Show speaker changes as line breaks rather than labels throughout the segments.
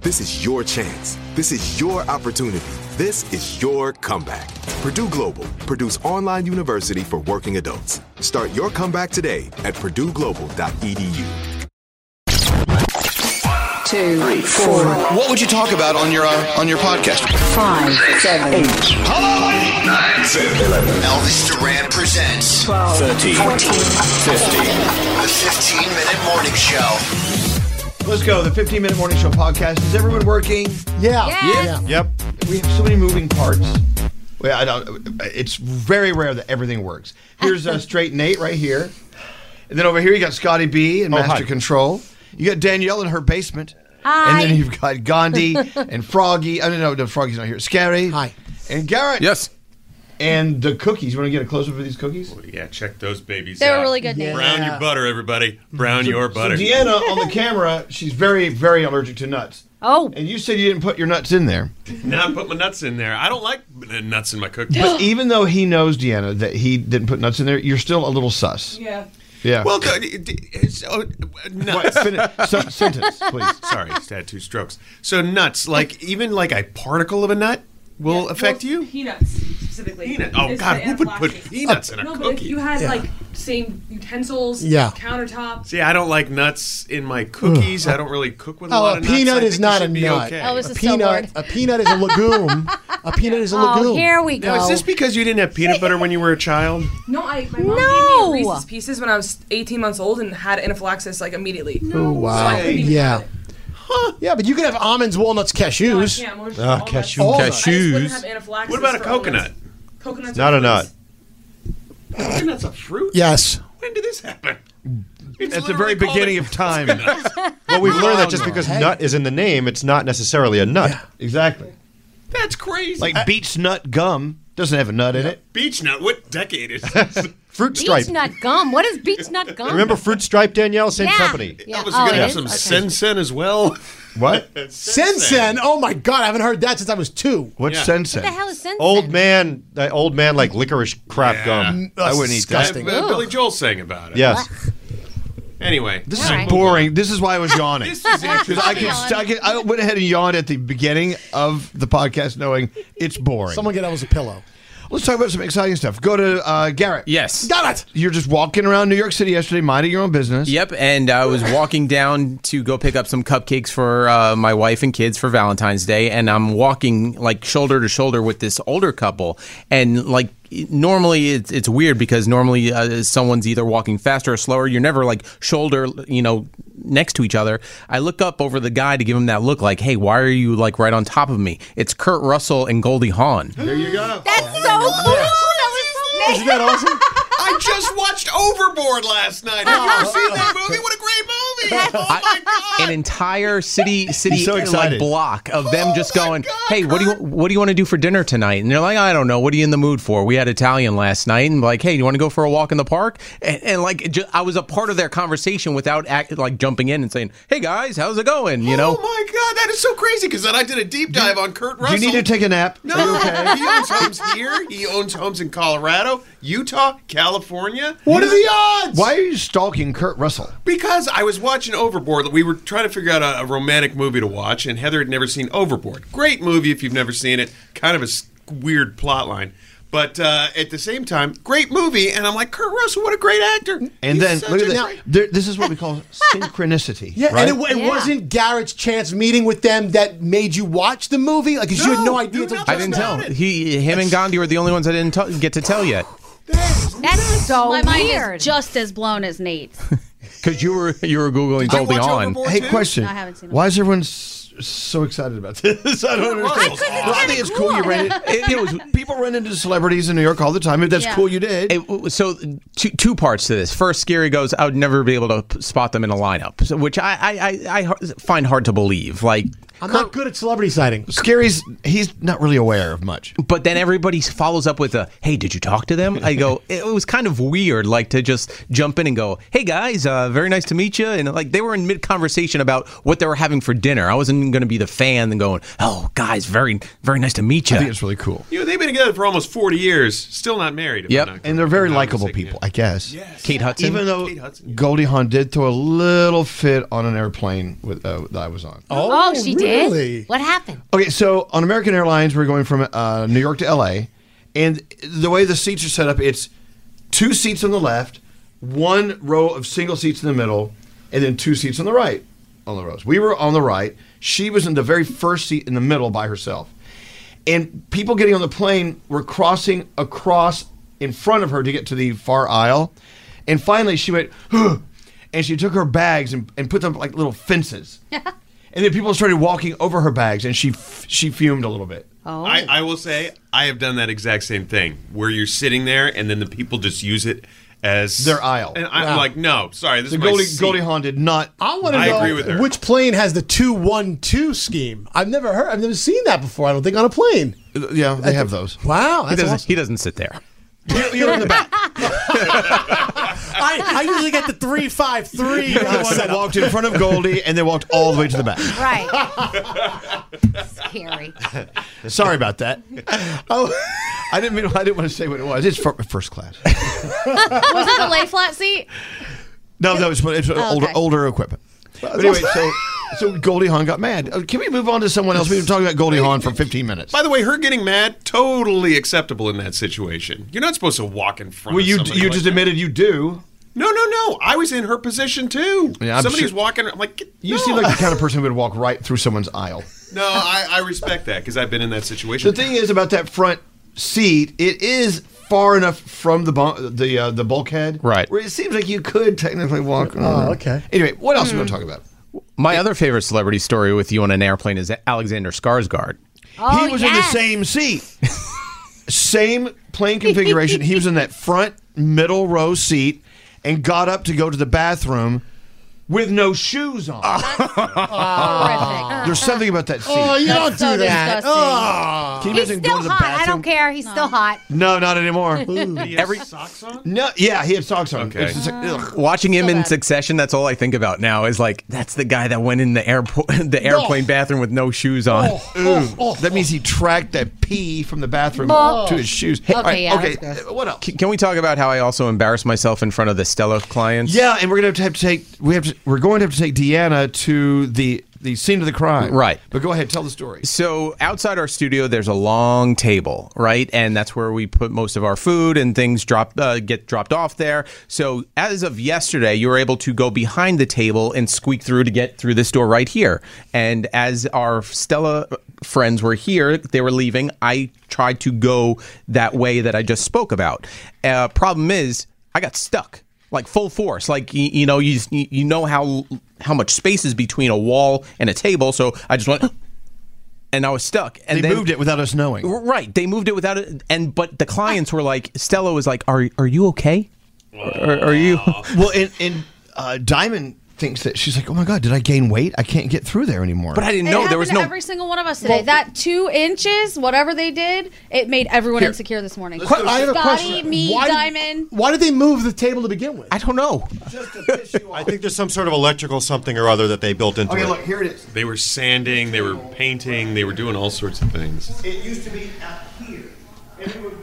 This is your chance. This is your opportunity. This is your comeback. Purdue Global, Purdue's online university for working adults. Start your comeback today at purdueglobal.edu.
two, three, four,
What would you talk about on your uh, on your podcast?
five, seven, eight,
Elvis Duran presents
12, 14,
the 15 minute morning show.
Let's go. The 15 minute morning show podcast. Is everyone working?
Yeah.
Yes.
Yep. We have so many moving parts. Well, I don't. It's very rare that everything works. Here's uh, straight Nate right here, and then over here you got Scotty B
Oh,
and Master Control. You got Danielle in her basement, and then you've got Gandhi and Froggy. I don't know. No, Froggy's not here. Scary. Hi. And Garrett.
Yes.
And the cookies. You want to get a close up of these cookies?
Yeah, check those babies
They
out.
were really good names.
Brown your butter, everybody. Brown your butter.
So Deanna on the camera, she's very, very allergic to nuts.
Oh,
And you said you didn't put your nuts in there.
now I put my nuts in there. I don't like uh, nuts in my cookies.
But even though he knows Deanna that he didn't put nuts in there, you're still a little sus.
Yeah.
Yeah.
well, d- d- so, uh,
What,
nuts.
finish, so, sentence, please.
Sorry, just had two strokes. So nuts, like even like a particle of a nut will affect
Well,
you.
Peanuts specifically.
Peanut. Oh
It's
God,
the
who would put
anaphylaxis.
peanuts in a
No, but if
cookie?
you had like same utensils,
Yeah.
countertops.
See, I don't like nuts in my cookies. I don't really cook with a
Oh,
lot
a
of nuts. I
peanut
think
is
it
not
should
a
be
nut.
Okay.
Oh,
I was
A
just so
peanut,
bored.
a peanut is a legume. a peanut is a
oh
legume.
here we go.
Now, is this because you didn't have peanut butter when you were a child?
No, I my mom
No!
gave me Reese's Pieces when I was 18 months old and had anaphylaxis like immediately.
Oh,
Uh,
wow.
I couldn't even
yeah.
have it.
Yeah, but you could have almonds, walnuts,
No, I
cashews.
can't. I'm allergic to
Ah,
all nuts.
cashew.
All
Cashews.
nuts. I just wouldn't have anaphylaxis
What about a
for all
coconut?
nuts. Coconuts.
Not
are
a nut.
Coconut's a fruit.
yes.
When did this happen? It's
At the very
literally called
beginning
a-
of time.
Well, we've learned that just because nut is in the name, it's not necessarily a nut.
exactly.
That's crazy.
Like beets nut gum doesn't have a nut in it.
beach nut. What decade is this?
Fruit stripe.
Beach nut gum. What is beach nut gum?
Remember fruit stripe,
Oh,
Danielle? Same
yeah.
company.
Yeah.
I was
Oh,
gonna
it
have
is?
some
Okay.
sensen as well.
What?
Sensen. Oh my God, I haven't heard that since I was two.
What's
Yeah.
sense?
What the hell is sensen?
Old man, that old man like licorice crap
Yeah.
gum.
That's
I wouldn't eat that.
disgusting.
Uh, Billy Joel sang about it.
Yes.
Anyway,
This is
All right.
boring. This is why I was yawning.
This is interesting.
I, could st- I, could- I went ahead and yawned at the beginning of the podcast, knowing it's boring.
Someone get Elvis a pillow.
Let's talk about some exciting stuff. Go to uh, Garrett.
Yes.
Got it. You're just walking around New York City yesterday, minding your own business.
Yep, and I was walking down to go pick up some cupcakes for uh, my wife and kids for Valentine's Day, and I'm walking like shoulder to shoulder with this older couple, and like normally it's, it's weird because normally uh, someone's either walking faster or slower. You're never like shoulder, you know, next to each other. I look up over the guy to give him that look, like, "Hey, why are you like right on top of me?" It's Kurt Russell and Goldie Hawn.
That's so cool. That was so
Isn't that awesome?
I just watched Overboard last night. Have you ever seen that movie? What a great movie! Oh my god!
an entire city city
He's so
like
excited. Oh,
block of them just going, "Hey, what do you what do you want to do for dinner tonight?" And they're like, "I don't know. What are you in the mood for?" We had Italian last night, and like, "Hey, you want to go for a walk in the park?" And, and like, it ju- I was a part of their conversation without act, like jumping in and saying, "Hey guys, how's it going?" You know.
Oh my god, that is so crazy. Because then I did a deep dive on Kurt
Do
Russell.
you need to take a nap?
No,
Are you okay?
he owns homes here. He owns homes in Colorado, Utah, California.
What are the odds? Why are you stalking Kurt Russell?
Because I was watching Overboard. We were trying to figure out a, a romantic movie to watch, and Heather had never seen Overboard. Great movie if you've never seen it. Kind of a s- weird plot line. But uh, at the same time, great movie. And I'm like, Kurt Russell, what a great actor.
And
He's
then
such
look at
a
this.
great-
There, this is what we call synchronicity.
Yeah,
right?
and it, it wasn't Garrett's chance meeting with them that made you watch the movie. Like, 'cause you had no idea. until
I
just
didn't
now.
tell. He, him, and Gandhi were the only ones I didn't t- get to tell yet
That's so My mind
weird.
is just as blown as Nate's.
because you were you were googling something on.
Hey, question.
No, I haven't seen
Why is everyone s- so excited about this? I don't
Well,
understand.
'cause it's
Well, I think
kinda
it's cool you
cool.
ran it. it, it was, people run into celebrities in New York all the time. If that's
Yeah.
cool, you did.
It- so two, two parts to this. First, Scary goes, I would never be able to p- spot them in a lineup, so, which I, I, I, I har- find hard to believe. Like,
I'm not good at celebrity sighting.
Scary's he's not really aware of much.
But then everybody follows up with a, "Hey, did you talk to them?" I go, it was kind of weird, like to just jump in and go, "Hey guys, uh, very nice to meet you," and like they were in mid conversation about what they were having for dinner. I wasn't going to be the fan and going, "Oh guys, very very nice to meet you." I think
it's really cool.
You know, they've been together for almost 40 years, still not married. if I'm not-
and they're very likable people, I guess.
Kate Hudson.
Even though Goldie Hawn did throw a little fit on an airplane with, uh, that I was on.
Oh, she
really?
did. What happened?
Okay, so on American Airlines, we're going from uh, New York to LA, and the way the seats are set up, it's two seats on the left, one row of single seats in the middle, and then two seats on the right on the rows. We were on the right. She was in the very first seat in the middle by herself. And people getting on the plane were crossing across in front of her to get to the far aisle. And finally, she went, "Huh," and she took her bags and, and put them like little fences. And then people started walking over her bags, and she f- she fumed a little bit.
Oh.
I, I will say I have done that exact same thing where you're sitting there and then the people just use it as
Their aisle.
And I'm
Wow.
like, no, sorry, this
The
is my
Goldie,
seat.
Goldie Hawn did not.
I want to
I
know
agree with her.
which plane has the two one two scheme. I've never heard. I've never seen that before. I don't think on a plane.
Yeah, they have those.
Wow,
he
that's
doesn't
awesome.
he doesn't sit there.
You're in the back.
I, I usually get the three five three. uh,
You're the one that walked in front of Goldie and then walked all the way to the back.
Right. Scary.
Sorry about that. Oh, I didn't mean. I didn't want to say what it was. It's fir- first class.
Was it the lay flat seat?
No, no, it's, it's
Oh,
older
okay.
older equipment. But anyway, so so Goldie Hawn got mad. Uh, Can we move on to someone else? We've been talking about Goldie Hawn for 15 minutes.
By the way, her getting mad totally acceptable in that situation. You're not supposed to walk in front.
Well,
of
you
somebody
you
like
just
that.
admitted you do.
No, no, no. I was in her position too.
Yeah, I'm
Somebody
sure-
was walking. I'm like, get-
You
no.
seem like the kind of person who would walk right through someone's aisle.
no. I, I respect that because I've been in that situation.
The thing is about that front seat, it is far enough from the bu- the uh, the bulkhead,
Right.
Where it seems like you could technically walk.
Oh, okay.
Anyway, what else are we going to talk about?
My other favorite celebrity story with you on an airplane is Alexander Skarsgård.
Oh,
he was in the
yes.
same seat, same plane configuration. he was in that front middle row seat and got up to go to the bathroom with no shoes on.
Ah.
Horrific.
There's something about that seat.
Oh, you
That's
don't
so
do that.
disgusting.
Oh.
Can you
He's
imagine
still
going to the
hot. I
bathroom?
don't care. He's still hot.
No, not anymore.
Every
no, yeah, he had socks on.
Okay.
It's just like, ugh.
Watching him in succession, that's all I think about now. Is like that's the guy that went in the airport, the airplane bathroom with no shoes on.
Oh,
Ooh, that means he tracked that pee from the bathroom
Oh.
to his shoes. All right,
yeah,
okay.
that's
What else?
C- Can we talk about how I also embarrassed myself in front of the Stella clients?
Yeah, and we're gonna have to, have to take we have to, we're going to have to take Deanna to the the scene of the crime.
Right.
But go ahead, tell the story.
So outside our studio, there's a long table, right, and that's where we put most of our food and things drop uh, get dropped off there. So as of yesterday, you were able to go behind the table and squeak through to get through this door right here. And as our Stella friends were here, they were leaving. I tried to go that way that I just spoke about. Uh, problem is, I got stuck like full force. Like you, you know, you you know how how much space is between a wall and a table. So I just went and I was stuck. And
They
then-
moved it without us knowing.
Right, they moved it without it. And but the clients were like, Stella was like, "Are are you okay? Are, are you?"
well, and, and uh, Diamond thinks that she's like, oh my god, did I gain weight? I can't get through there anymore.
But I didn't
It
know
happened
there was
to
no.
every single one of us today. that two inches, whatever they did, it made everyone
Here.
insecure this morning.
Qu- I have a
Scotty,
question.
me,
why
Diamond.
Did, why did they move the table to begin with?
I don't know.
I think there's some sort of electrical something or other that they built into
Okay,
it.
look,
here it is.
They were sanding, they were painting, they were doing all sorts of things.
It used to be out here. And it would-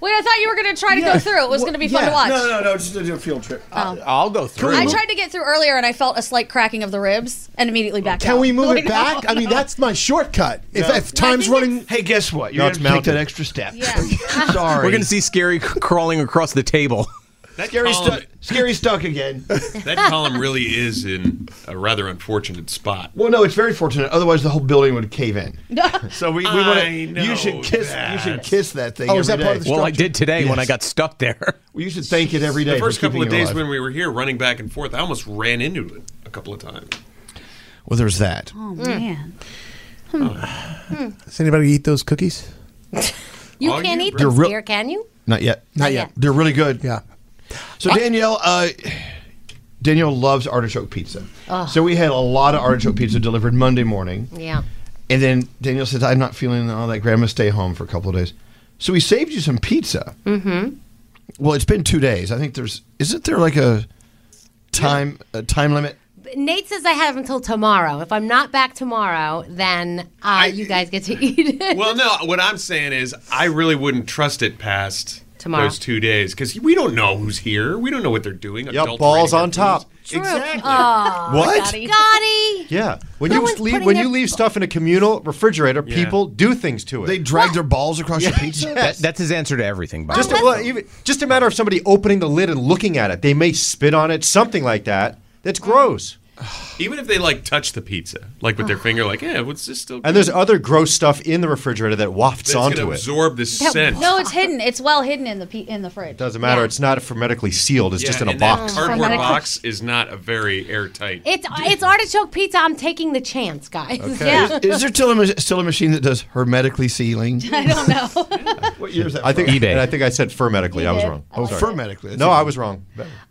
Wait, I thought you were going to try to
Yeah.
go through. It was
Wha-
going to be fun to
yeah.
watch.
No, no, no, just to do a field trip.
Oh.
I'll go through.
I tried to get through earlier and I felt a slight cracking of the ribs and immediately backed out.
Can we move
Like,
it back?
no,
I mean,
no.
that's my shortcut. If,
No.
if time's running,
hey, guess what?
No,
You're
it's
gonna take
mounted.
that extra step.
We're
Sorry.
gonna see scary crawling across the table.
That
scary,
column,
stuck. scary stuck again.
that column really is in a rather unfortunate spot.
Well, no, it's very fortunate. Otherwise, the whole building would cave in. so we, we want
I
to. You should
know
kiss. You
that.
should kiss that thing.
Oh, is
every
that part
day.
of the Well, I structure?
did today when I got stuck there.
Well, you should thank it every day.
The
for
first couple of
keeping you
days
alive.
when we were here running back and forth, I almost ran into it a couple of times.
Well, there's that.
Oh, man.
Hmm.
Does anybody eat those cookies?
You
Are
can't
you
eat
They're
them,
real-
dear, can you?
Not yet. Not
yet.
They're really good.
Yeah.
So Danielle, uh, Danielle loves artichoke pizza.
Ugh.
So we had a lot of artichoke pizza delivered Monday morning,
Yeah.
and then Danielle says, "I'm not feeling all that great. I'm gonna stay home for a couple of days." So we saved you some pizza.
Mm-hmm.
Well, it's been two days. I think there's isn't there like a time a time limit?
Nate says I have until tomorrow. If I'm not back tomorrow, then uh, you guys get to eat it.
well, no, what I'm saying is I really wouldn't trust it past
Tomorrow.
those two days because we don't know who's here. We don't know what they're doing. Adulterating
balls
our
on top.
foods.
Exactly. Oh,
What?
Scotty. Scotty.
Yeah, when
No
you
one's
leave
putting
when
their-
you leave stuff in a communal refrigerator,
Yeah.
people do things to it.
They
drag their balls across
Yeah.
your pizza.
That- that's his answer to everything. By
just
the
a,
way.
well, even, just a matter of somebody opening the lid and looking at it. They may spit on it, something like that. That's gross.
Even if they like touch the pizza, like with their finger, like, yeah, what's this still?
And there's other gross stuff in the refrigerator that wafts
That's
onto
gonna
it.
absorb the
That-
scent.
No, it's hidden. It's well hidden in the pe- in the fridge.
Doesn't matter. It's not hermetically sealed. It's
Yeah,
just in a
and that
box.
Cardboard
Hermetic-
box is not a very airtight.
It's it's artichoke pizza. I'm taking the chance, guys.
Is, is there still a, ma- still a machine that does hermetically sealing?
I don't know.
What year is that?
I think
from?
And I think I said fermetically. I was
did.
wrong.
Oh,
Sorry.
fermetically. That's
No,
even-
I was wrong.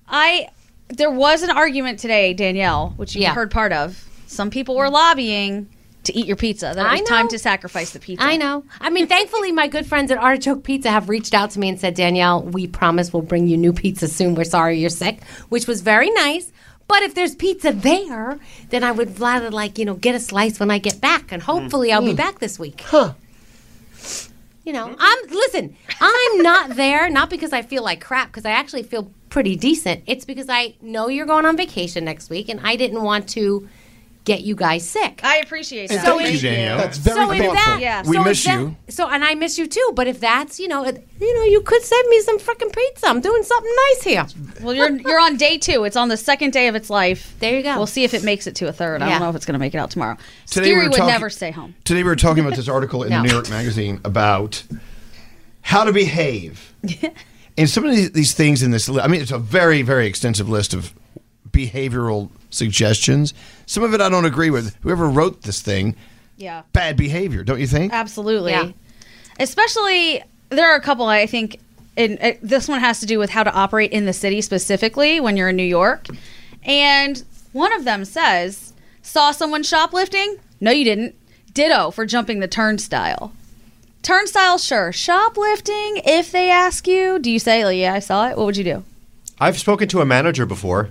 I there was an argument today, Danielle, which you
Yeah.
heard part of. Some people were lobbying to eat your pizza. That it
I
was time to sacrifice the pizza.
I know. I mean, thankfully, my good friends at Artichoke Pizza have reached out to me and said, Danielle, we promise we'll bring you new pizza soon. We're sorry you're sick, which was very nice. But if there's pizza there, then I would rather, like, you know, get a slice when I get back, and hopefully I'll be
Mm.
back this week. Huh. You know, I'm, listen, I'm not there, not because I feel like crap, because I actually feel pretty decent. It's because I know you're going on vacation next week, and I didn't want to get you guys sick.
I appreciate
And
that.
thank you,
Danielle. That's
so is that so is that- So and I miss you too. But if that's you know it- you know you could send me some freaking pizza. I'm doing something nice here.
Well, you're you're on day two. It's on the second day of its life.
There you go.
We'll see if it makes it to a third. I
Yeah.
don't know if it's going to make it out tomorrow.
Today we
Stewie
were
would
talking-
never stay home.
Today we were talking about this article in
No.
the New York Magazine about how to behave. and some of these, these things in this, li- I mean, it's a very, very extensive list of behavioral suggestions. Some of it I don't agree with. Whoever wrote this thing,
Yeah.
bad behavior, don't you think?
Absolutely. Especially, there are a couple I think, and uh, this one has to do with how to operate in the city specifically when you're in New York. And one of them says, Saw someone shoplifting? No, you didn't. Ditto for jumping the turnstile. Turnstile, sure. Shoplifting, if they ask you, do you say, like, Yeah, I saw it? What would you do?
I've spoken to a manager before.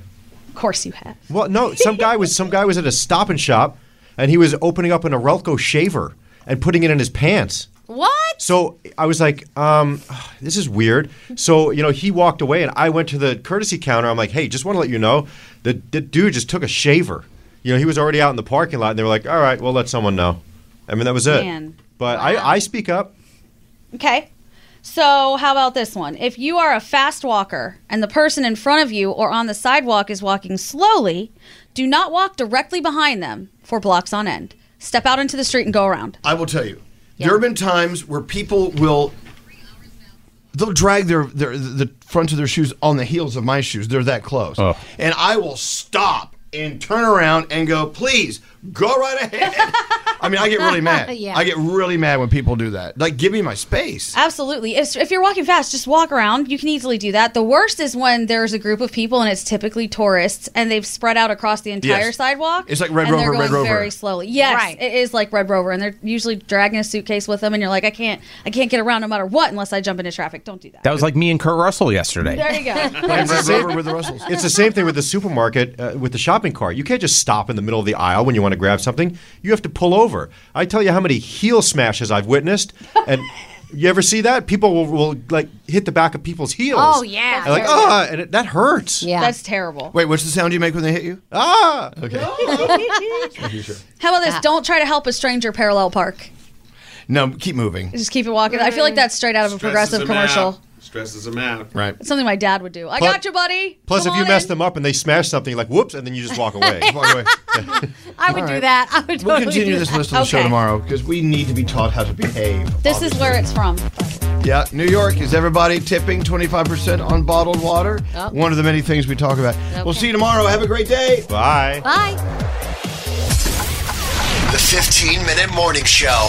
Of course you have.
Well, no, some guy was some guy was at a Stop and Shop, and he was opening up an Arelco shaver and putting it in his pants.
What?
So I was like, um, this is weird. So, you know, he walked away and I went to the courtesy counter. I'm like, hey, just want to let you know that the dude just took a shaver. You know, he was already out in the parking lot and they were like, all right, we'll let someone know. I mean, that was it.
Man.
But I, I speak up.
Okay. So, how about this one? If you are a fast walker and the person in front of you or on the sidewalk is walking slowly, do not walk directly behind them for blocks on end. Step out into the street and go around.
I will tell you, there have been times where people will
they'll drag their, their the front of their shoes on the heels of my shoes. They're that close.
Oh.
And I will stop and turn around and go, please go right ahead. I mean, I get really mad.
Yeah.
I get really mad when people do that. Like, give me my space.
Absolutely. If, if you're walking fast, just walk around. You can easily do that. The worst is when there's a group of people and it's typically tourists and they've spread out across the entire
Yes.
sidewalk.
It's like Red
and
Rover,
They're
Red
going
Rover.
very slowly. Yes,
Right.
it is like Red Rover, and they're usually dragging a suitcase with them, and you're like, I can't, I can't get around no matter what unless I jump into traffic. Don't do that.
That was like me and Kurt Russell yesterday.
There you go.
It's the same-
with the Russells.
It's the same thing with the supermarket uh, with the shopping cart. You can't just stop in the middle of the aisle when you want to grab something. You have to pull over. I tell you how many heel smashes I've witnessed, and you ever see that? People will, will like hit the back of people's heels.
Oh, yeah.
And like
Terrible.
ah, and it, that hurts.
Yeah. That's terrible.
Wait, what's the sound you make when they hit you?
Ah.
Okay.
How about this? Don't try to help a stranger parallel park.
No, keep moving.
Just keep it walking. I feel like that's straight out of a progressive commercial.
Stresses them out.
Right.
It's something my dad would do. I
Plus-
got you, buddy.
Plus,
Come
if you
on
mess
in.
them up and they smash something, you're like whoops, and then you just walk away.
Just walk away. I would
All
do
right.
that. I would
We'll
totally
continue
do
this
that.
list on the show
Okay.
tomorrow because we need to be taught how to behave.
This is where it's from.
Yeah, New York is everybody tipping 25% on bottled water.
Oh.
One of the many things we talk about. We'll
Okay.
see you tomorrow. Have a great day.
Bye.
Bye.
The 15 Minute Morning Show.